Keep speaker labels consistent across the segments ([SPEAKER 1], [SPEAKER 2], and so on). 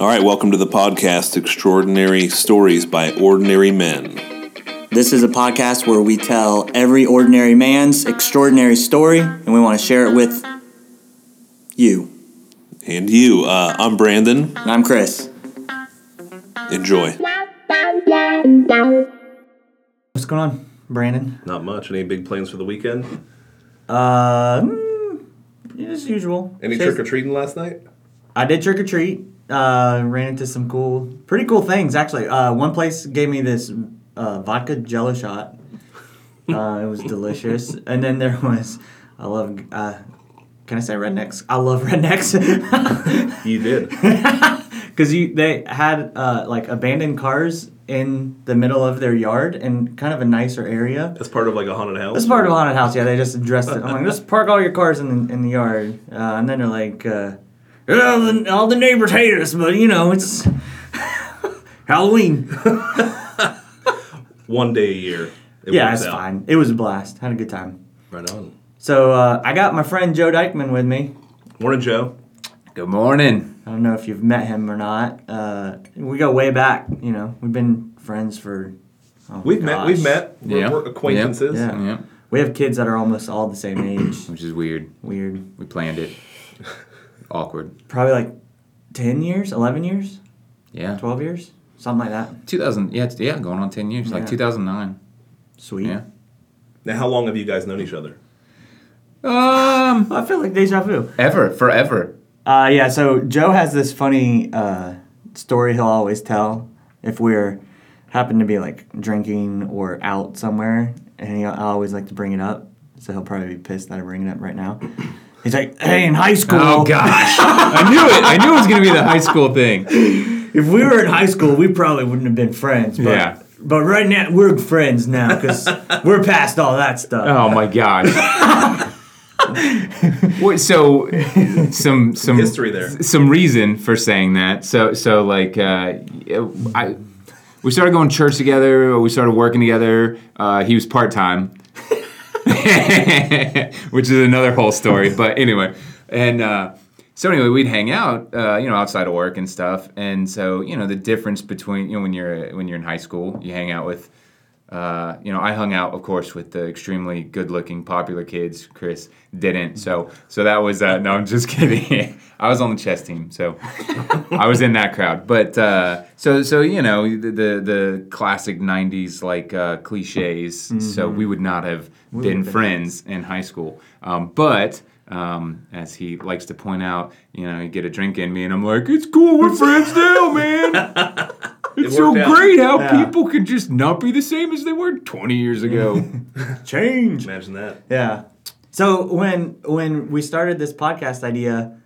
[SPEAKER 1] All right, welcome to the podcast Extraordinary Stories by Ordinary Men.
[SPEAKER 2] This is a podcast where we tell every ordinary man's extraordinary story, and we want to share it with you.
[SPEAKER 1] And you, uh, I'm Brandon.
[SPEAKER 2] And I'm Chris.
[SPEAKER 1] Enjoy.
[SPEAKER 2] What's going on, Brandon?
[SPEAKER 1] Not much. Any big plans for the weekend?
[SPEAKER 2] Uh, mm, as usual.
[SPEAKER 1] Any
[SPEAKER 2] Just-
[SPEAKER 1] trick or treating last night?
[SPEAKER 2] I did trick or treat. Uh, ran into some cool, pretty cool things actually. Uh, one place gave me this uh, vodka Jello shot. Uh, it was delicious. and then there was, I love. Uh, can I say rednecks? I love rednecks.
[SPEAKER 1] You did.
[SPEAKER 2] because you they had uh, like abandoned cars in the middle of their yard and kind of a nicer area.
[SPEAKER 1] That's part of like a haunted house.
[SPEAKER 2] This part of haunted house, yeah, they just addressed it. I'm like, just park all your cars in the, in the yard, uh, and then they're like, uh, all, the, all the neighbors hate us, but you know it's Halloween.
[SPEAKER 1] One day a year. It
[SPEAKER 2] yeah,
[SPEAKER 1] works
[SPEAKER 2] it's
[SPEAKER 1] out.
[SPEAKER 2] fine. It was a blast. Had a good time.
[SPEAKER 1] Right on.
[SPEAKER 2] So uh, I got my friend Joe Dykeman with me.
[SPEAKER 1] Morning, Joe.
[SPEAKER 3] Good morning.
[SPEAKER 2] I don't know if you've met him or not. Uh, we go way back. You know, we've been friends for. oh my
[SPEAKER 1] We've met. We've
[SPEAKER 2] gosh.
[SPEAKER 1] met. We're,
[SPEAKER 3] Yeah.
[SPEAKER 1] we're acquaintances.
[SPEAKER 2] Yeah.
[SPEAKER 3] Yeah,
[SPEAKER 2] We have kids that are almost all the same age.
[SPEAKER 3] which is weird.
[SPEAKER 2] Weird.
[SPEAKER 3] We planned it. Awkward.
[SPEAKER 2] Probably like 10 years, 11 years,
[SPEAKER 3] Yeah.
[SPEAKER 2] 12 years, something like that.
[SPEAKER 3] 2000. Yeah, it's- yeah, going on 10 years.
[SPEAKER 2] Yeah. Mm.
[SPEAKER 3] Like 2009.
[SPEAKER 2] Sweet.
[SPEAKER 3] Yeah.
[SPEAKER 1] Now, how long have you guys known each other?
[SPEAKER 3] Um.
[SPEAKER 2] I feel like deja vu.
[SPEAKER 3] Ever. Forever.
[SPEAKER 2] Uh, yeah, so Joe has this funny uh, story he'll always tell if we're happen to be like drinking or out somewhere, and he, I always like to bring it up. So he'll probably be pissed that I bring it up right now. He's like, "Hey, in high school,
[SPEAKER 3] Oh gosh. I knew it. I knew it was gonna be the high school thing.
[SPEAKER 2] if we were in high school, we probably wouldn't have been friends. But,
[SPEAKER 3] Yeah.
[SPEAKER 2] But right now, we're friends now because we're past all that stuff.
[SPEAKER 3] Oh my gosh. Wait, so some some
[SPEAKER 1] History there.
[SPEAKER 3] Some reason for saying that. So so like uh, I we started going to church together. We started working together. Uh, he was part time, which is another whole story. But anyway, and uh, so anyway, we'd hang out, uh, you know, outside of work and stuff. And so you know, the difference between you know when you're when you're in high school, you hang out with. Uh, you know, I hung out, of course, with the extremely good-looking, popular kids. Chris didn't, so so that was uh, no. I'm just kidding. I was on the chess team, so I was in that crowd. But uh, so so you know the the, the classic '90s like uh, cliches. So
[SPEAKER 1] Mm-hmm.
[SPEAKER 3] we would not have been friends in high school, um, but. Um, as he likes to point out, you know, you get a drink in me, and I'm like, "It's cool, we're friends now, man."
[SPEAKER 1] It
[SPEAKER 3] It's so
[SPEAKER 1] worked out.
[SPEAKER 3] great how
[SPEAKER 2] Yeah.
[SPEAKER 3] people can just not be the same as they were 20 years ago. Oh.
[SPEAKER 2] Change.
[SPEAKER 1] Imagine that.
[SPEAKER 2] Yeah. So when when we started this podcast idea,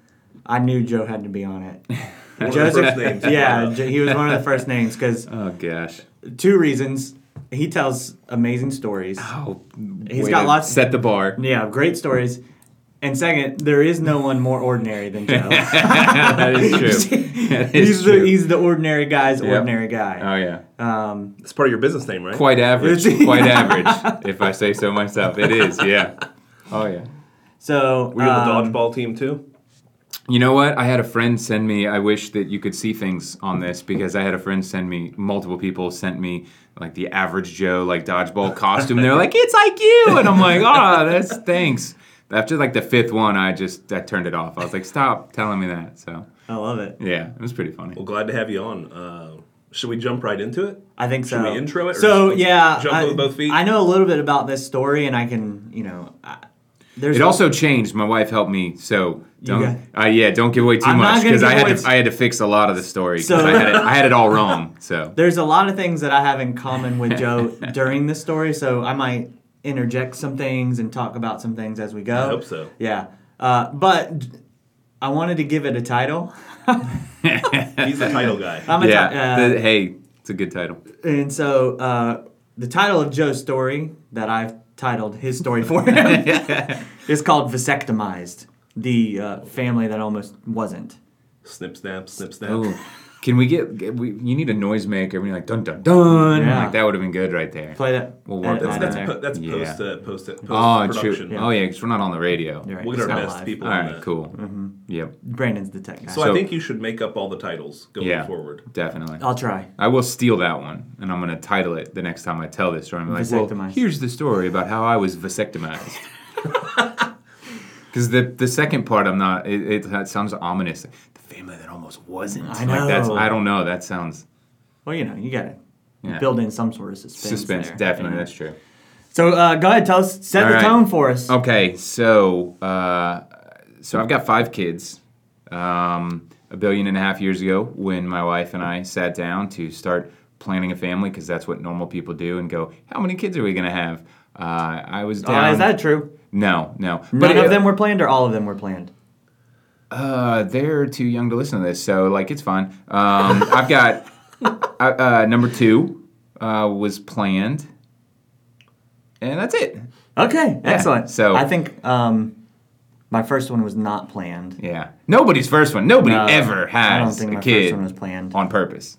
[SPEAKER 2] I knew Joe had to be on it.
[SPEAKER 1] One of the
[SPEAKER 2] Joseph-
[SPEAKER 1] first names.
[SPEAKER 2] yeah, Jo- he was one of the first names because
[SPEAKER 3] oh gosh.
[SPEAKER 2] two reasons. He tells amazing stories.
[SPEAKER 3] Oh,
[SPEAKER 2] He's
[SPEAKER 3] way
[SPEAKER 2] got
[SPEAKER 3] to
[SPEAKER 2] lots-
[SPEAKER 3] Set the bar.
[SPEAKER 2] Yeah, great stories. And second, there is no one more ordinary than Joe.
[SPEAKER 3] that is true. That is
[SPEAKER 2] he's the
[SPEAKER 3] true.
[SPEAKER 2] he's the ordinary guy's ordinary
[SPEAKER 3] oh
[SPEAKER 2] guy.
[SPEAKER 3] yeah.
[SPEAKER 2] Um,
[SPEAKER 1] It's part of your business name, right?
[SPEAKER 3] Quite average.
[SPEAKER 2] It's-
[SPEAKER 3] Quite average, if I say so myself. It is. Yeah. Oh yeah.
[SPEAKER 2] so
[SPEAKER 1] Were you on
[SPEAKER 2] um,
[SPEAKER 1] the dodgeball team too?
[SPEAKER 3] You know what? I had a friend send me. I wish that you could see things on this because I had a friend send me. Multiple people sent me like the average Joe like dodgeball costume. They're like, "It's like you," and I'm like, "Ah, that's thanks." After like the fifth one, I just I turned it off. I was like, "Stop telling me that." So
[SPEAKER 2] um, I love it.
[SPEAKER 3] yeah, it was pretty funny.
[SPEAKER 1] Well, glad to have you on. Uh, should we jump right into it?
[SPEAKER 2] I think so.
[SPEAKER 1] Should we intro it or
[SPEAKER 2] So
[SPEAKER 1] just
[SPEAKER 2] yeah,
[SPEAKER 1] jump
[SPEAKER 2] I,
[SPEAKER 1] with both feet?
[SPEAKER 2] I know a little bit about this story, and I can you know, I, there's
[SPEAKER 3] It also changed. My wife helped me, so
[SPEAKER 2] got-
[SPEAKER 3] don't. Uh, yeah, don't give away too
[SPEAKER 2] I'm not
[SPEAKER 3] much
[SPEAKER 2] gonna
[SPEAKER 3] because I
[SPEAKER 2] give
[SPEAKER 3] had
[SPEAKER 2] away-
[SPEAKER 3] to, I had to fix a lot of the story because
[SPEAKER 2] So-
[SPEAKER 3] I had it, I had it all wrong. So
[SPEAKER 2] there's a lot of things that I have in common with Joe during this story, so I might interject some things and talk about some things as we go. I
[SPEAKER 1] hope so.
[SPEAKER 2] Yeah, uh, but I wanted to give it a title.
[SPEAKER 1] He's the title guy.
[SPEAKER 2] I'm a ti-
[SPEAKER 3] yeah,
[SPEAKER 2] uh,
[SPEAKER 3] the- hey, it's a good title.
[SPEAKER 2] and so uh, the title of Joe's story that I've titled his story for him is called "Vasectomized: The uh, Family That Almost Wasn't."
[SPEAKER 4] Snip, snap, snip, snap.
[SPEAKER 3] Oh, can we get, get- we, you need a noisemaker when you're like dun dun dun?
[SPEAKER 2] Yeah.
[SPEAKER 3] Like that would have been good right there.
[SPEAKER 2] Play that.
[SPEAKER 3] We'll work
[SPEAKER 2] edit that
[SPEAKER 3] on
[SPEAKER 4] That's,
[SPEAKER 2] in
[SPEAKER 3] that.
[SPEAKER 2] there.
[SPEAKER 4] po- that's
[SPEAKER 3] Yeah.
[SPEAKER 4] post, uh, post, post
[SPEAKER 3] Oh, true.
[SPEAKER 4] production.
[SPEAKER 3] Oh yeah, because we're not on the radio.
[SPEAKER 2] You're right. Mm-hmm.
[SPEAKER 4] We'll get
[SPEAKER 2] It's
[SPEAKER 4] our
[SPEAKER 2] not
[SPEAKER 4] best
[SPEAKER 2] live.
[SPEAKER 4] people.
[SPEAKER 3] All
[SPEAKER 4] on
[SPEAKER 3] right,
[SPEAKER 4] that.
[SPEAKER 3] cool. Yep,
[SPEAKER 2] Brandon's the tech guy.
[SPEAKER 4] So,
[SPEAKER 3] So-
[SPEAKER 4] I think you should make up all the titles going
[SPEAKER 3] Yeah.
[SPEAKER 4] forward.
[SPEAKER 3] definitely.
[SPEAKER 2] I'll try.
[SPEAKER 3] I will steal that one, and I'm going to title it the next time I tell this story. I'm like, well,
[SPEAKER 2] Vasectomized.
[SPEAKER 3] here's the story about how I was vasectomized. Because the the second part, I'm not. It, it that sounds ominous. The family that almost wasn't.
[SPEAKER 2] I
[SPEAKER 3] Like that's.
[SPEAKER 2] know.
[SPEAKER 3] I don't know. That sounds
[SPEAKER 2] Well, you know, you gotta
[SPEAKER 3] Yeah.
[SPEAKER 2] build in some sort of suspense.
[SPEAKER 3] suspense.
[SPEAKER 2] there.
[SPEAKER 3] Definitely,
[SPEAKER 2] Yeah.
[SPEAKER 3] that's true.
[SPEAKER 2] So uh, go ahead, tell us, set
[SPEAKER 3] All
[SPEAKER 2] the
[SPEAKER 3] right. Oh,
[SPEAKER 2] tone for us.
[SPEAKER 3] Okay, so uh, so I've got five kids. Um, a billion and a half years ago, when my wife and I sat down to start planning a family, because that's what normal people do, and go, how many kids are we gonna have? Uh, I was down.
[SPEAKER 2] Uh, is that true?
[SPEAKER 3] No, no.
[SPEAKER 2] None
[SPEAKER 3] it-
[SPEAKER 2] of them were planned, or all of them were planned.
[SPEAKER 3] Uh, they're too young to listen to this, so like it's fine. Um, I've got uh, uh, number two uh, was planned, and that's it.
[SPEAKER 2] Okay, excellent.
[SPEAKER 3] so-
[SPEAKER 2] I think um, my first one was not planned.
[SPEAKER 3] Yeah, nobody's first one. Nobody
[SPEAKER 2] No,
[SPEAKER 3] ever
[SPEAKER 2] I don't
[SPEAKER 3] has
[SPEAKER 2] think
[SPEAKER 3] a
[SPEAKER 2] my
[SPEAKER 3] kid
[SPEAKER 2] first one was planned.
[SPEAKER 3] on purpose.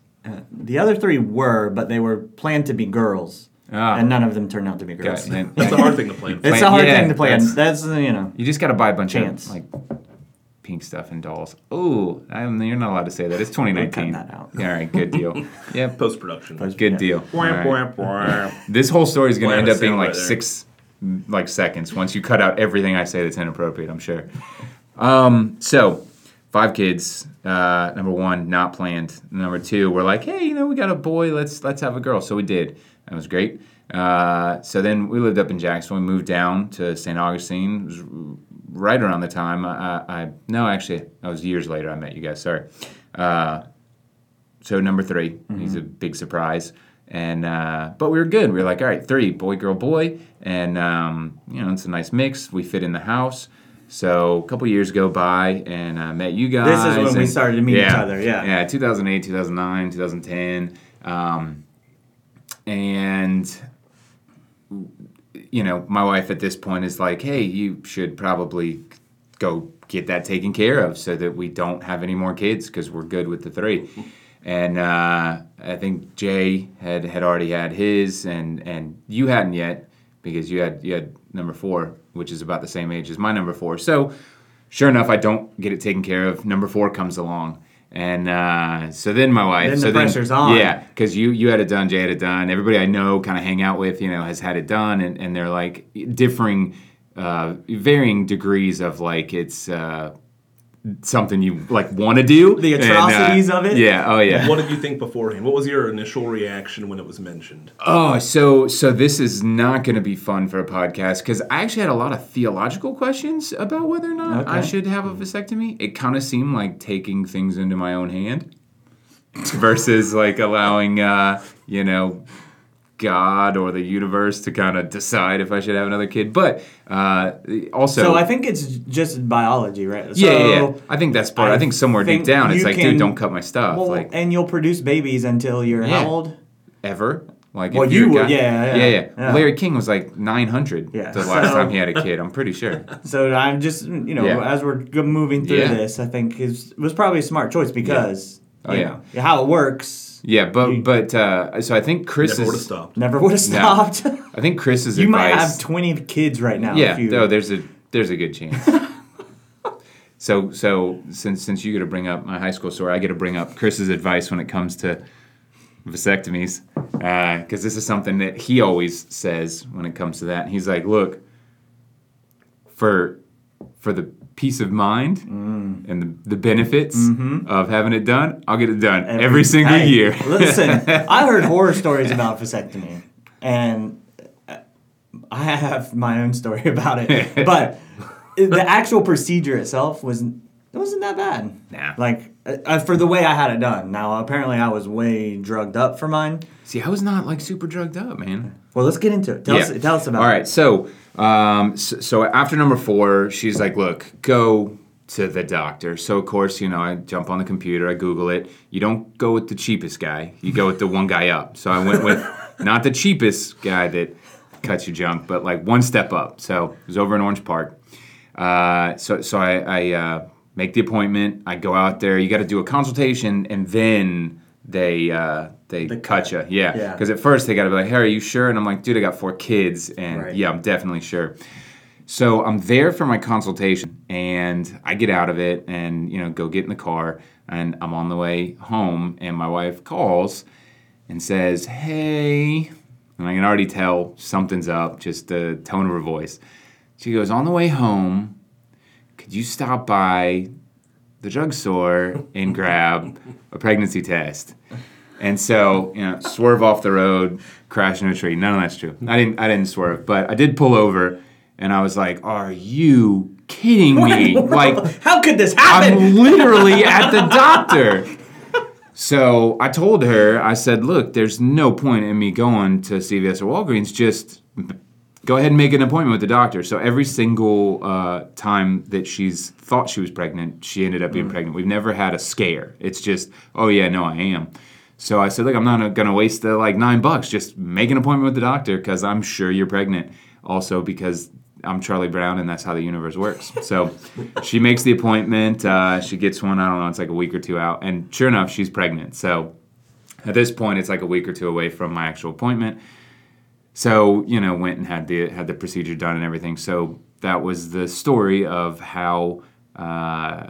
[SPEAKER 2] The other three were, but they were planned to be girls,
[SPEAKER 3] Ah.
[SPEAKER 2] and none of them turned out to be
[SPEAKER 3] Yeah,
[SPEAKER 2] girls.
[SPEAKER 3] man.
[SPEAKER 4] That's a hard thing to plan.
[SPEAKER 2] It's
[SPEAKER 3] Plan-
[SPEAKER 2] a hard
[SPEAKER 3] yeah,
[SPEAKER 2] thing to plan.
[SPEAKER 3] that's-
[SPEAKER 2] That's, you know.
[SPEAKER 3] you just got to buy a bunch
[SPEAKER 2] Chance.
[SPEAKER 3] of like pink stuff and dolls. Oh, I'm, you're not allowed to say that. It's 2019.
[SPEAKER 2] that out.
[SPEAKER 3] All right, good deal. yep,
[SPEAKER 4] Post production.
[SPEAKER 3] good
[SPEAKER 2] Yeah.
[SPEAKER 3] deal. All right. This whole story is going
[SPEAKER 4] Well,
[SPEAKER 3] to
[SPEAKER 4] I
[SPEAKER 3] end
[SPEAKER 4] have
[SPEAKER 3] up
[SPEAKER 4] a
[SPEAKER 3] being
[SPEAKER 4] sound
[SPEAKER 3] like
[SPEAKER 4] right there.
[SPEAKER 3] six mm, like seconds once you cut out everything I say that's inappropriate. I'm sure. Um, so five kids. Uh, number one, not planned. Number two, we're like, hey, you know, we got a boy. Let's let's have a girl. So we did. That was great. Uh, so then we lived up in Jackson. We moved down to St. Augustine. It was right around the time I, I no, actually, that was years later. I met you guys. Sorry. Uh, so number 3
[SPEAKER 2] Mm-hmm.
[SPEAKER 3] he's a big surprise and uh, but we were good we were like all right three boy girl boy and um, you know it's a nice mix we fit in the house so a couple years go by and i met you guys
[SPEAKER 2] This is when we
[SPEAKER 3] and-
[SPEAKER 2] started to meet each other, yeah.
[SPEAKER 3] yeah 2008 2009 2010 um, and you know, my wife at this point is like, hey, you should probably go get that taken care of so that we don't have any more kids because we're good with the three. And uh, I think Jay had, had already had his, and, and you hadn't yet because you had you had number four, which is about the same age as my number four. So, sure enough, I don't get it taken care of. Number four comes along, and uh, so then my wife.
[SPEAKER 2] Then the
[SPEAKER 3] so
[SPEAKER 2] pressure's on.
[SPEAKER 3] Yeah, because you you had it done, Jay had it done. Everybody I know, kind of hang out with, you know, has had it done, and, and they're like differing, uh, varying degrees of like it's uh, something you like want to do.
[SPEAKER 2] The
[SPEAKER 3] and, uh,
[SPEAKER 2] atrocities of it?
[SPEAKER 3] Yeah. Oh yeah.
[SPEAKER 4] What did you think beforehand? What was your initial reaction when it was mentioned?
[SPEAKER 3] Oh, so so this is not going to be fun for a podcast because I actually had a lot of theological questions about whether or not I
[SPEAKER 2] Okay. Mm-hmm.
[SPEAKER 3] should have a vasectomy. It kind of seemed like taking things into my own hand versus like allowing, uh, you know, God or the universe to kind of decide if I should have another kid. But uh, also,
[SPEAKER 2] So I think it's just biology, right?
[SPEAKER 3] yeah,
[SPEAKER 2] so,
[SPEAKER 3] yeah, yeah. I think that's part. I,
[SPEAKER 2] I
[SPEAKER 3] think somewhere
[SPEAKER 2] think
[SPEAKER 3] deep down, it's
[SPEAKER 2] you
[SPEAKER 3] like,
[SPEAKER 2] can-
[SPEAKER 3] dude, don't cut my stuff.
[SPEAKER 2] Well,
[SPEAKER 3] like
[SPEAKER 2] and you'll produce babies until you're
[SPEAKER 3] Yeah.
[SPEAKER 2] how old?
[SPEAKER 3] ever. Like
[SPEAKER 2] Well,
[SPEAKER 3] if
[SPEAKER 2] you
[SPEAKER 3] you're a
[SPEAKER 2] were-
[SPEAKER 3] guy-
[SPEAKER 2] yeah, yeah,
[SPEAKER 3] yeah,
[SPEAKER 2] yeah.
[SPEAKER 3] Larry King was like 900
[SPEAKER 2] Yeah.
[SPEAKER 3] the last
[SPEAKER 2] So-
[SPEAKER 3] time he had a kid. I'm pretty sure.
[SPEAKER 2] So I'm just, you know,
[SPEAKER 3] Yeah.
[SPEAKER 2] as we're go- moving through
[SPEAKER 3] Yeah.
[SPEAKER 2] this, I think is was probably a smart choice because
[SPEAKER 3] Oh,
[SPEAKER 2] you
[SPEAKER 3] yeah.
[SPEAKER 2] know, how it works
[SPEAKER 3] Yeah, but but uh, so I think Chris
[SPEAKER 4] Never would have
[SPEAKER 3] is.
[SPEAKER 4] stopped.
[SPEAKER 2] never would have
[SPEAKER 3] No.
[SPEAKER 2] stopped.
[SPEAKER 3] I think Chris's
[SPEAKER 2] you might
[SPEAKER 3] advice.
[SPEAKER 2] have 20 kids right now.
[SPEAKER 3] yeah,
[SPEAKER 2] if you,
[SPEAKER 3] no, there's a there's a good chance. so so since since you got to bring up my high school story, I got to bring up Chris's advice when it comes to vasectomies because this is something that he always says when it comes to that. He's like, look, for for the peace of mind and the, the benefits of having it done, I'll get it done Mm-hmm. every, single
[SPEAKER 2] Hey,
[SPEAKER 3] year.
[SPEAKER 2] listen, I heard horror stories about vasectomy, and uh, I have my own story about it. But the actual procedure itself was it wasn't that bad.
[SPEAKER 3] Nah.
[SPEAKER 2] Like uh, uh, for the way I had it done. Now apparently I was way drugged up for mine.
[SPEAKER 3] See, I was not like super drugged up, man.
[SPEAKER 2] Well, let's get into it. Tell us
[SPEAKER 3] Yeah.
[SPEAKER 2] tell us about.
[SPEAKER 3] All
[SPEAKER 2] it.
[SPEAKER 3] right, so um, so, so after number four, she's like, "Look, go to the doctor." So of course, you know, I jump on the computer, I Google it. You don't go with the cheapest guy; you go with the one guy up. So I went with not the cheapest guy that cuts your junk, but like one step up. So it was over in Orange Park. Uh, so so I, I uh, make the appointment. I go out there. You got to do a consultation, and then they uh, they cut you. Yeah,
[SPEAKER 2] Yeah.
[SPEAKER 3] because at first they got to be like, "Hey, are you sure?" And I'm like, "Dude, I got four kids, and
[SPEAKER 2] Right.
[SPEAKER 3] yeah, I'm definitely sure." So I'm there for my consultation, and I get out of it, and you know, go get in the car, and I'm on the way home, and my wife calls, and says, "Hey," and I can already tell something's up, just the tone of her voice. She goes, "On the way home, could you stop by the drugstore and grab a pregnancy test?" And so, you know, swerve off the road, crash into a tree. None of that's true. I didn't. I didn't swerve, but I did pull over, and I was like, "Are you kidding me?" Like
[SPEAKER 2] How could this happen?
[SPEAKER 3] I'm literally at the doctor. So I told her, I said, look, there's no point in me going to CVS or Walgreens. Just go ahead and make an appointment with the doctor. So every single uh, time that she's thought she was pregnant, she ended up being pregnant. We've never had a scare. It's just, oh yeah, no, I am. So I said, look, I'm not gonna waste the like nine bucks. Just make an appointment with the doctor because I'm sure you're pregnant. Also because I'm Charlie Brown, and that's how the universe works. So she makes the appointment. Uh, she gets one. I don't know. It's like a week or two out, and sure enough, she's pregnant. So at this point, it's like a week or two away from my actual appointment. So you know, went and had the had the procedure done and everything. So that was the story of how uh,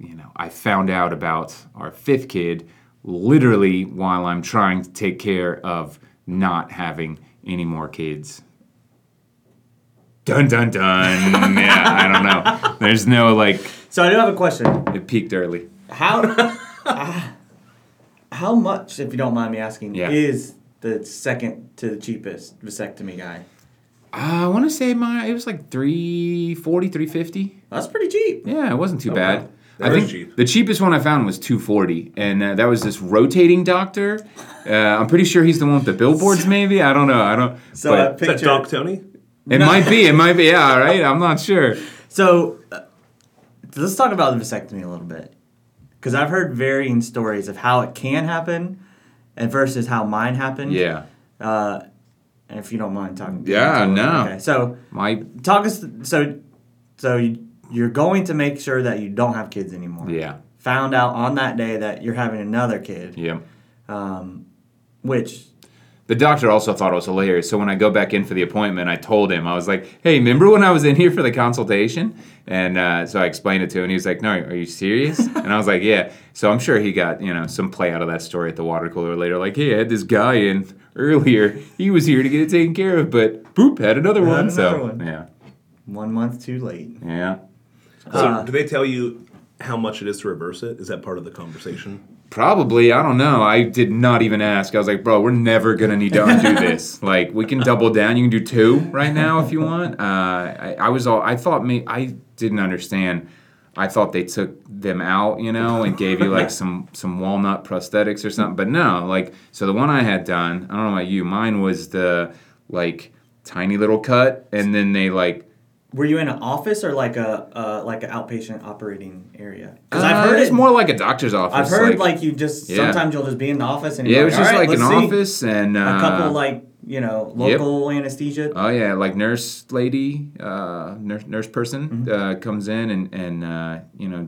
[SPEAKER 3] you know I found out about our fifth kid literally while I'm trying to take care of not having any more kids. Dun dun dun. yeah, I don't know. There's no like
[SPEAKER 2] So I do have a question.
[SPEAKER 3] it peaked early.
[SPEAKER 2] How how much, if you don't mind me asking,
[SPEAKER 3] Yeah.
[SPEAKER 2] is the second to the cheapest vasectomy guy?
[SPEAKER 3] I want to say my it was like 340, 350.
[SPEAKER 2] That's pretty cheap.
[SPEAKER 3] Yeah, it wasn't too bad.
[SPEAKER 4] Oh, wow.
[SPEAKER 3] I
[SPEAKER 4] That was
[SPEAKER 3] think
[SPEAKER 4] cheap.
[SPEAKER 3] the cheapest one I found was 240 and uh, that was this rotating doctor. Uh, I'm pretty sure he's the one with the billboards maybe. I don't know. I don't
[SPEAKER 2] So I
[SPEAKER 3] but
[SPEAKER 4] Is that
[SPEAKER 2] picture.
[SPEAKER 4] Doc Tony?
[SPEAKER 3] it might be. It might be. Yeah, right? I'm not sure.
[SPEAKER 2] So uh, let's talk about the vasectomy a little bit. Because I've heard varying stories of how it can happen and versus how mine happened.
[SPEAKER 3] Yeah.
[SPEAKER 2] Uh, and if you don't mind talking.
[SPEAKER 3] Yeah, no.
[SPEAKER 2] Okay, so
[SPEAKER 3] My
[SPEAKER 2] talk us. So, so you- you're going to make sure that you don't have kids anymore.
[SPEAKER 3] yeah.
[SPEAKER 2] Found out on that day that you're having another kid,
[SPEAKER 3] Yeah.
[SPEAKER 2] which
[SPEAKER 3] The doctor also thought it was hilarious. So when I go back in for the appointment, I told him I was like, "Hey, remember when I was in here for the consultation?" And uh, so I explained it to him, and he was like, "No, are you serious?" and I was like, "Yeah." So I'm sure he got you know some play out of that story at the water cooler later. Like, "Hey, I had this guy in earlier. He was here to get it taken care of, but boop, had another one." so
[SPEAKER 2] another one.
[SPEAKER 3] yeah,
[SPEAKER 2] one month too late.
[SPEAKER 3] yeah,
[SPEAKER 4] So do they tell you how much it is to reverse it? Is that part of the conversation?
[SPEAKER 3] probably. I don't know. I did not even ask. I was like, "Bro, we're never gonna need to undo this. Like, we can double down. You can do two right now if you want." Uh, I, I was all. I thought me. I didn't understand. I thought they took them out, you know, and gave you like some some walnut prosthetics or something. But no, like so the one I had done. I don't know about you. Mine was the like tiny little cut, and then they like
[SPEAKER 2] Were you in an office or like a uh, like an outpatient operating area? Because
[SPEAKER 3] Uh,
[SPEAKER 2] I've heard
[SPEAKER 3] it's
[SPEAKER 2] it.
[SPEAKER 3] more like a doctor's office.
[SPEAKER 2] I've heard like, you just
[SPEAKER 3] Yeah.
[SPEAKER 2] sometimes you'll just be in the office and
[SPEAKER 3] yeah, it
[SPEAKER 2] you're
[SPEAKER 3] was just
[SPEAKER 2] "All right,
[SPEAKER 3] like an
[SPEAKER 2] let's see."
[SPEAKER 3] office and uh,
[SPEAKER 2] a couple like you know local anesthesia.
[SPEAKER 3] Oh yeah, like nurse lady, uh, nurse nurse person
[SPEAKER 2] Mm-hmm.
[SPEAKER 3] uh, comes in and and uh, you know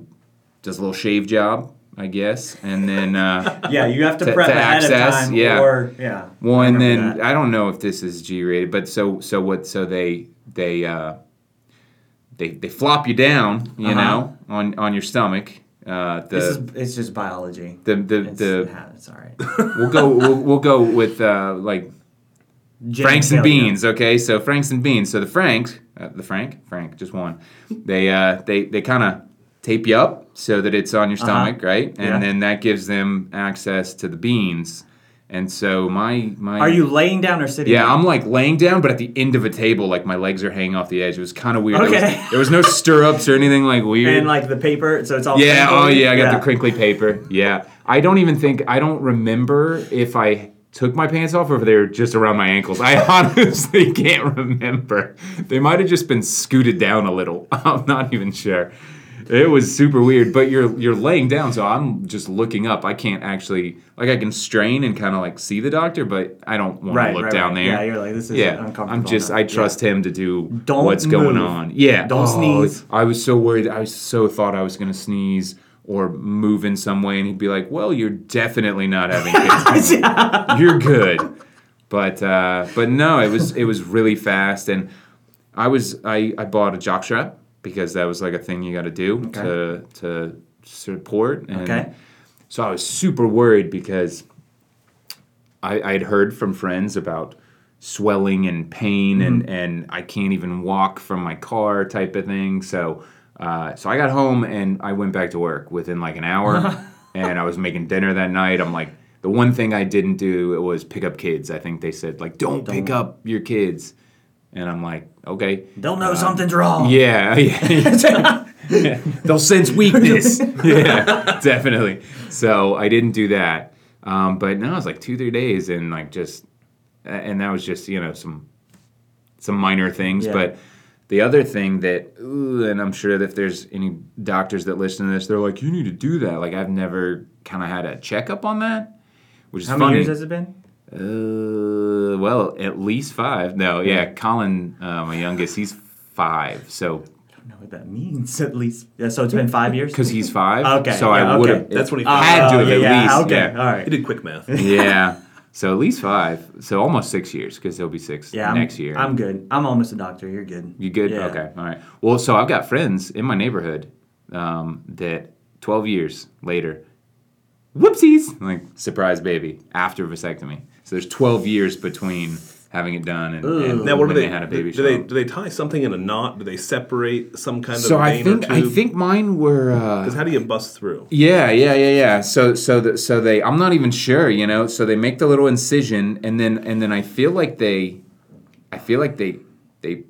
[SPEAKER 3] does a little shave job, I guess, and then uh,
[SPEAKER 2] yeah, you have to
[SPEAKER 3] To-
[SPEAKER 2] prep
[SPEAKER 3] to
[SPEAKER 2] ahead
[SPEAKER 3] access,
[SPEAKER 2] of time.
[SPEAKER 3] yeah.
[SPEAKER 2] Or yeah.
[SPEAKER 3] well, and
[SPEAKER 2] I remember
[SPEAKER 3] then
[SPEAKER 2] that.
[SPEAKER 3] I don't know if this is G rated, but so so what? So they they uh, they they flop you down, you
[SPEAKER 2] Uh-huh.
[SPEAKER 3] know, on on your stomach. Uh, the,
[SPEAKER 2] this is it's just biology.
[SPEAKER 3] the the
[SPEAKER 2] It's,
[SPEAKER 3] the
[SPEAKER 2] yeah, it's all right.
[SPEAKER 3] we'll go we'll, we'll go with uh, like
[SPEAKER 2] Gin
[SPEAKER 3] Franks and
[SPEAKER 2] failure.
[SPEAKER 3] Beans. Okay, so Franks and Beans. So the Franks, uh, the Frank, Frank, just one. They uh, they they kind of tape you up so that it's on your stomach, right? And
[SPEAKER 2] Uh-huh. Yeah.
[SPEAKER 3] then that gives them access to the beans. And so my my
[SPEAKER 2] Are you laying down or sitting?
[SPEAKER 3] yeah,
[SPEAKER 2] down?
[SPEAKER 3] I'm like laying down, but at the end of a table, like my legs are hanging off the edge. It was kind of weird. There was-
[SPEAKER 2] Okay.
[SPEAKER 3] There, was, no stirrups or anything like weird.
[SPEAKER 2] and like the paper, so it's all
[SPEAKER 3] Yeah. Oh,
[SPEAKER 2] crinkled?
[SPEAKER 3] yeah. I got the crinkly paper. Yeah. I don't even think I don't remember if I took my pants off or if they were just around my ankles. I honestly can't remember. They might have just been scooted down a little. I'm not even sure. It was super weird, but you're you're laying down, so I'm just looking up. I can't actually like I can strain and kind of like see the doctor, but I don't want to
[SPEAKER 2] Right,
[SPEAKER 3] look
[SPEAKER 2] right,
[SPEAKER 3] down
[SPEAKER 2] right.
[SPEAKER 3] there.
[SPEAKER 2] Yeah, you're like, this is
[SPEAKER 3] yeah.
[SPEAKER 2] uncomfortable
[SPEAKER 3] I'm just I
[SPEAKER 2] enough.
[SPEAKER 3] trust him to do
[SPEAKER 2] Don't
[SPEAKER 3] what's going
[SPEAKER 2] move.
[SPEAKER 3] on. Yeah, Oh,
[SPEAKER 2] Don't sneeze.
[SPEAKER 3] I was so worried. I so thought I was gonna sneeze or move in some way, and he'd be like, "Well, you're definitely not having kids. you're good." But uh, but no, it was it was really fast, and I was I, I bought a jock strap because that was like a thing you got to do to to support. And
[SPEAKER 2] Okay.
[SPEAKER 3] So I was super worried because I I had heard from friends about swelling and pain and and I can't even walk from my car type of thing. So uh, so I got home and I went back to work within like an hour, and I was making dinner that night. I'm like. The one thing I didn't do was pick up kids. I think they said like, "Don't pick up your kids," and I'm like, "Okay."
[SPEAKER 2] They'll know something's wrong.
[SPEAKER 3] Um, Yeah, yeah. They'll sense weakness. yeah, definitely. So I didn't do that. Um, but no, it was like two, three days, and like just, and that was just you know some, some minor things.
[SPEAKER 2] Yeah.
[SPEAKER 3] But the other thing that, ooh, and I'm sure that if there's any doctors that listen to this, they're like, you need to do that. Like I've never kind of had a checkup on that, which is
[SPEAKER 2] How
[SPEAKER 3] funny.
[SPEAKER 2] many years has it been?
[SPEAKER 3] Uh, well, at least five. No, yeah, Colin, uh, my youngest, he's five. So
[SPEAKER 2] I don't know what that means. At least, yeah, so it's been five years.
[SPEAKER 3] because he's five.
[SPEAKER 2] Okay,
[SPEAKER 3] So
[SPEAKER 2] yeah,
[SPEAKER 3] I
[SPEAKER 2] okay.
[SPEAKER 3] would have.
[SPEAKER 4] That's when he
[SPEAKER 3] had to
[SPEAKER 2] Oh,
[SPEAKER 3] have
[SPEAKER 2] yeah,
[SPEAKER 3] at
[SPEAKER 2] yeah,
[SPEAKER 3] least.
[SPEAKER 2] Okay,
[SPEAKER 3] Yeah.
[SPEAKER 2] all
[SPEAKER 4] He
[SPEAKER 2] right.
[SPEAKER 4] did quick math.
[SPEAKER 3] yeah. So at least five. So almost six years because he'll be six
[SPEAKER 2] Yeah, I'm,
[SPEAKER 3] next year.
[SPEAKER 2] I'm good. I'm almost a doctor. You're good.
[SPEAKER 3] You good?
[SPEAKER 2] Yeah.
[SPEAKER 3] Okay. All right. Well, so I've got friends in my neighborhood um, that 12 years later, whoopsies, like surprise baby after vasectomy. So there's 12 years between having it done and, and
[SPEAKER 4] Now, what
[SPEAKER 3] when
[SPEAKER 4] do
[SPEAKER 3] they,
[SPEAKER 4] they,
[SPEAKER 3] had a baby
[SPEAKER 4] do, they
[SPEAKER 3] shower.
[SPEAKER 4] do they tie something in a knot? Do they separate some kind
[SPEAKER 3] so
[SPEAKER 4] of
[SPEAKER 3] I
[SPEAKER 4] vein
[SPEAKER 3] think
[SPEAKER 4] or
[SPEAKER 3] I
[SPEAKER 4] tube?
[SPEAKER 3] think mine were. Uh,
[SPEAKER 4] 'Cause how do you bust through?
[SPEAKER 3] yeah, yeah, yeah, yeah. So so the, so they. I'm not even sure. You know. So they make the little incision, and then and then I feel like they, I feel like they they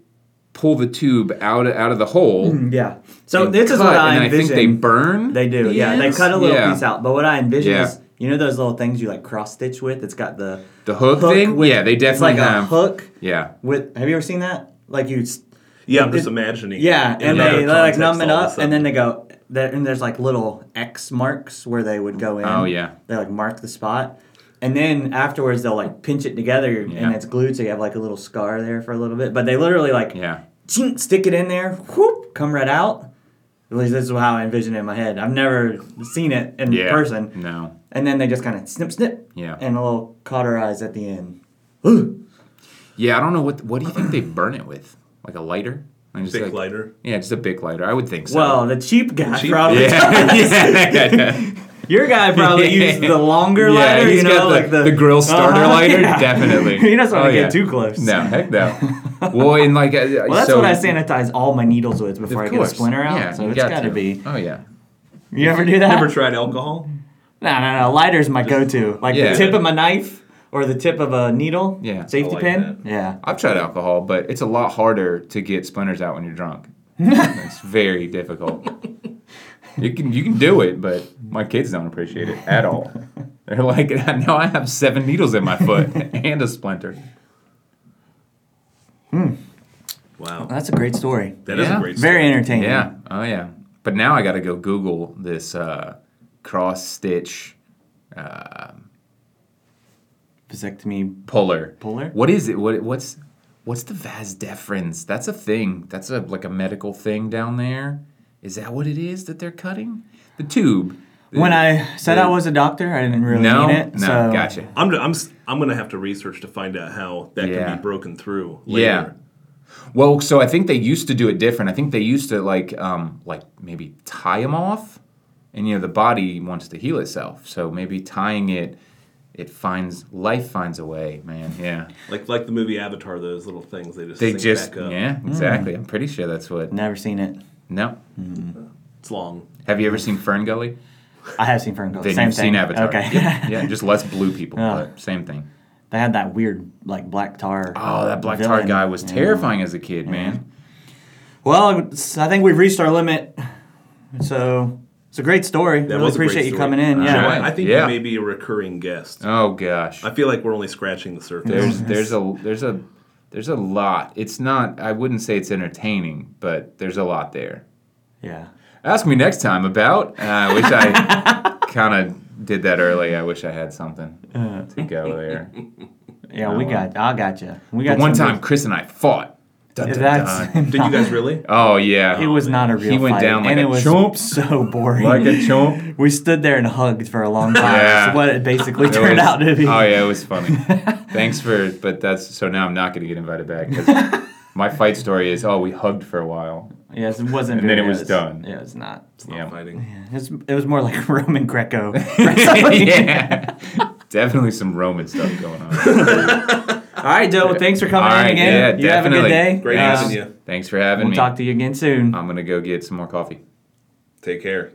[SPEAKER 3] pull the tube out of, out of the hole.
[SPEAKER 2] Yeah. Mm-hmm. So
[SPEAKER 3] and
[SPEAKER 2] this is
[SPEAKER 3] cut,
[SPEAKER 2] what I
[SPEAKER 3] and then
[SPEAKER 2] envision.
[SPEAKER 3] I think they burn.
[SPEAKER 2] They do.
[SPEAKER 3] the
[SPEAKER 2] Yeah. They
[SPEAKER 3] ends?
[SPEAKER 2] cut a little
[SPEAKER 3] Yeah.
[SPEAKER 2] piece out. But what I envision
[SPEAKER 3] Yeah.
[SPEAKER 2] is, you know, those little things you like cross stitch with. It's got the
[SPEAKER 3] The hook thing? Yeah, they
[SPEAKER 2] It's
[SPEAKER 3] definitely
[SPEAKER 2] like
[SPEAKER 3] have.
[SPEAKER 2] a hook.
[SPEAKER 3] Yeah.
[SPEAKER 2] With have you ever seen that? Like you. s-
[SPEAKER 4] Yeah, I'm just
[SPEAKER 2] it-
[SPEAKER 4] imagining.
[SPEAKER 2] Yeah,
[SPEAKER 4] in
[SPEAKER 2] and
[SPEAKER 4] another
[SPEAKER 2] they they, like
[SPEAKER 4] context
[SPEAKER 2] numb
[SPEAKER 4] all of
[SPEAKER 2] it
[SPEAKER 4] a
[SPEAKER 2] up, and
[SPEAKER 4] sudden.
[SPEAKER 2] then they go. There, and there's like little X marks where they would go in.
[SPEAKER 3] Oh, yeah.
[SPEAKER 2] They like mark the spot, and then afterwards they'll like pinch it together,
[SPEAKER 3] Yeah.
[SPEAKER 2] and it's glued, so you have like a little scar there for a little bit. But they literally like
[SPEAKER 3] Yeah.
[SPEAKER 2] chink, stick it in there, whoop, come right out. At least this is how I envision it in my head. I've never seen it in
[SPEAKER 3] Yeah.
[SPEAKER 2] person.
[SPEAKER 3] No.
[SPEAKER 2] And then they just kind of snip, snip,
[SPEAKER 3] Yeah.
[SPEAKER 2] and a little cauterize at the end. Ooh.
[SPEAKER 3] Yeah. I don't know what. What do you think they burn it with? Like a lighter? Like just
[SPEAKER 4] Bic
[SPEAKER 3] like-
[SPEAKER 4] lighter.
[SPEAKER 3] Yeah, just a big lighter. I would think so.
[SPEAKER 2] Well, the cheap guy
[SPEAKER 4] cheap-
[SPEAKER 2] probably.
[SPEAKER 3] yeah. yeah.
[SPEAKER 2] Your guy probably
[SPEAKER 3] Yeah.
[SPEAKER 2] used the longer
[SPEAKER 3] Yeah,
[SPEAKER 2] lighter, you
[SPEAKER 3] he's
[SPEAKER 2] know,
[SPEAKER 3] got the,
[SPEAKER 2] like the,
[SPEAKER 3] the grill starter
[SPEAKER 2] Uh-huh,
[SPEAKER 3] lighter,
[SPEAKER 2] yeah.
[SPEAKER 3] definitely.
[SPEAKER 2] He doesn't want
[SPEAKER 3] Oh,
[SPEAKER 2] to
[SPEAKER 3] yeah.
[SPEAKER 2] get too close.
[SPEAKER 3] No, heck no. well, and like, uh,
[SPEAKER 2] Well, that's what I sanitize all my needles with before I get a splinter out.
[SPEAKER 3] Yeah,
[SPEAKER 2] so
[SPEAKER 3] you
[SPEAKER 2] it's
[SPEAKER 3] got
[SPEAKER 2] got to be.
[SPEAKER 3] Oh yeah.
[SPEAKER 2] You ever do that?
[SPEAKER 4] Ever tried alcohol?
[SPEAKER 2] No, no, no. Lighter's my go-to. Like
[SPEAKER 3] Yeah.
[SPEAKER 2] the tip of my knife or the tip of a needle.
[SPEAKER 3] Yeah, I
[SPEAKER 2] Safety
[SPEAKER 4] like
[SPEAKER 2] pin. Yeah.
[SPEAKER 3] I've tried alcohol, but it's a lot harder to get splinters out when you're drunk. it's very difficult. You can you can do it, but my kids don't appreciate it at all. They're like, now I have seven needles in my foot and a splinter.
[SPEAKER 4] Wow,
[SPEAKER 2] That's a great story.
[SPEAKER 4] that is
[SPEAKER 3] Yeah.
[SPEAKER 4] a great. story.
[SPEAKER 2] Very entertaining.
[SPEAKER 3] Yeah. Oh yeah. But now I got to go Google this uh, cross stitch
[SPEAKER 2] Vasectomy.
[SPEAKER 3] puller.
[SPEAKER 2] Puller?
[SPEAKER 3] What is it? What what's what's the vas deferens? That's a thing. That's a like a medical thing down there. Is that what it is that they're cutting? The tube.
[SPEAKER 2] When I said
[SPEAKER 3] Yeah.
[SPEAKER 2] I was a doctor, I didn't really
[SPEAKER 3] no,
[SPEAKER 2] mean it.
[SPEAKER 3] no,
[SPEAKER 2] so
[SPEAKER 3] gotcha.
[SPEAKER 4] I'm I'm s- I'm gonna have to research to find out how that
[SPEAKER 3] Yeah.
[SPEAKER 4] can be broken through.
[SPEAKER 3] Yeah.
[SPEAKER 4] Later.
[SPEAKER 3] Well, so I think they used to do it different. I think they used to like um like maybe tie them off, and you know the body wants to heal itself, so maybe tying it, it finds life finds a way, man. Yeah,
[SPEAKER 4] like like the movie Avatar, those little things they just
[SPEAKER 3] they
[SPEAKER 4] sink
[SPEAKER 3] just
[SPEAKER 4] back up.
[SPEAKER 3] yeah
[SPEAKER 2] Hmm.
[SPEAKER 3] exactly. I'm pretty sure that's what.
[SPEAKER 2] Never seen it.
[SPEAKER 3] No,
[SPEAKER 4] It's long.
[SPEAKER 3] have you ever seen Fern Gully?
[SPEAKER 2] I have seen Fern Gully.
[SPEAKER 3] Then
[SPEAKER 2] Same
[SPEAKER 3] you've
[SPEAKER 2] thing.
[SPEAKER 3] seen Avatar.
[SPEAKER 2] Okay.
[SPEAKER 3] Yeah, yeah, just less blue people,
[SPEAKER 2] Oh.
[SPEAKER 3] but same thing.
[SPEAKER 2] they had that weird like black tar.
[SPEAKER 3] Oh, that black tar
[SPEAKER 2] villain.
[SPEAKER 3] guy was
[SPEAKER 2] Yeah.
[SPEAKER 3] terrifying as a kid, man.
[SPEAKER 2] Well, it's- I think we've reached our limit. So it's a great story. really
[SPEAKER 4] was a great
[SPEAKER 2] appreciate you
[SPEAKER 4] story.
[SPEAKER 2] coming in.
[SPEAKER 3] Sure.
[SPEAKER 2] Yeah. Uh,
[SPEAKER 4] I, I think
[SPEAKER 3] Yeah.
[SPEAKER 4] you may be a recurring guest.
[SPEAKER 3] Oh gosh.
[SPEAKER 4] I feel like we're only scratching the surface.
[SPEAKER 3] There's there's a there's a there's a lot. It's not I wouldn't say it's entertaining, but there's a lot there.
[SPEAKER 2] Yeah.
[SPEAKER 3] Ask me next time about. Uh, I wish I kind of did that early. I wish I had something to go there.
[SPEAKER 2] Yeah, we got. I got you. We got
[SPEAKER 3] One
[SPEAKER 2] some
[SPEAKER 3] time, uh, Chris and I fought. Dun,
[SPEAKER 2] good-
[SPEAKER 3] dun,
[SPEAKER 2] That's.
[SPEAKER 3] dun.
[SPEAKER 4] Did you guys really?
[SPEAKER 3] Oh yeah.
[SPEAKER 2] It was not a real.
[SPEAKER 3] He went
[SPEAKER 2] fight,
[SPEAKER 3] down like
[SPEAKER 2] and
[SPEAKER 3] a
[SPEAKER 2] it was
[SPEAKER 3] chump.
[SPEAKER 2] So boring.
[SPEAKER 3] like a chump.
[SPEAKER 2] we stood there and hugged for a long time.
[SPEAKER 3] Yeah.
[SPEAKER 2] That's what it basically
[SPEAKER 3] It
[SPEAKER 2] turned
[SPEAKER 3] was-
[SPEAKER 2] out to be.
[SPEAKER 3] Oh yeah, it was funny. Thanks for, but that's so now I'm not going to get invited back 'cause my fight story is oh we hugged for a while.
[SPEAKER 2] Yes, it wasn't.
[SPEAKER 3] And then
[SPEAKER 2] very-
[SPEAKER 3] it was
[SPEAKER 2] yeah, it's-
[SPEAKER 3] done.
[SPEAKER 2] Yeah, it's not.
[SPEAKER 3] Yeah.
[SPEAKER 4] Fighting.
[SPEAKER 2] It's, it was more like Roman Greco.
[SPEAKER 3] yeah. Definitely some Roman stuff going on.
[SPEAKER 2] All right, Joe. well, Thanks for coming
[SPEAKER 3] All
[SPEAKER 2] in
[SPEAKER 3] right,
[SPEAKER 2] again.
[SPEAKER 3] yeah,
[SPEAKER 2] you have a good
[SPEAKER 3] definitely.
[SPEAKER 2] day.
[SPEAKER 4] Great
[SPEAKER 2] Uh,
[SPEAKER 4] having you.
[SPEAKER 3] Thanks for having
[SPEAKER 2] We'll
[SPEAKER 3] me.
[SPEAKER 2] talk to you again soon.
[SPEAKER 3] I'm gonna go get some more coffee.
[SPEAKER 4] Take care.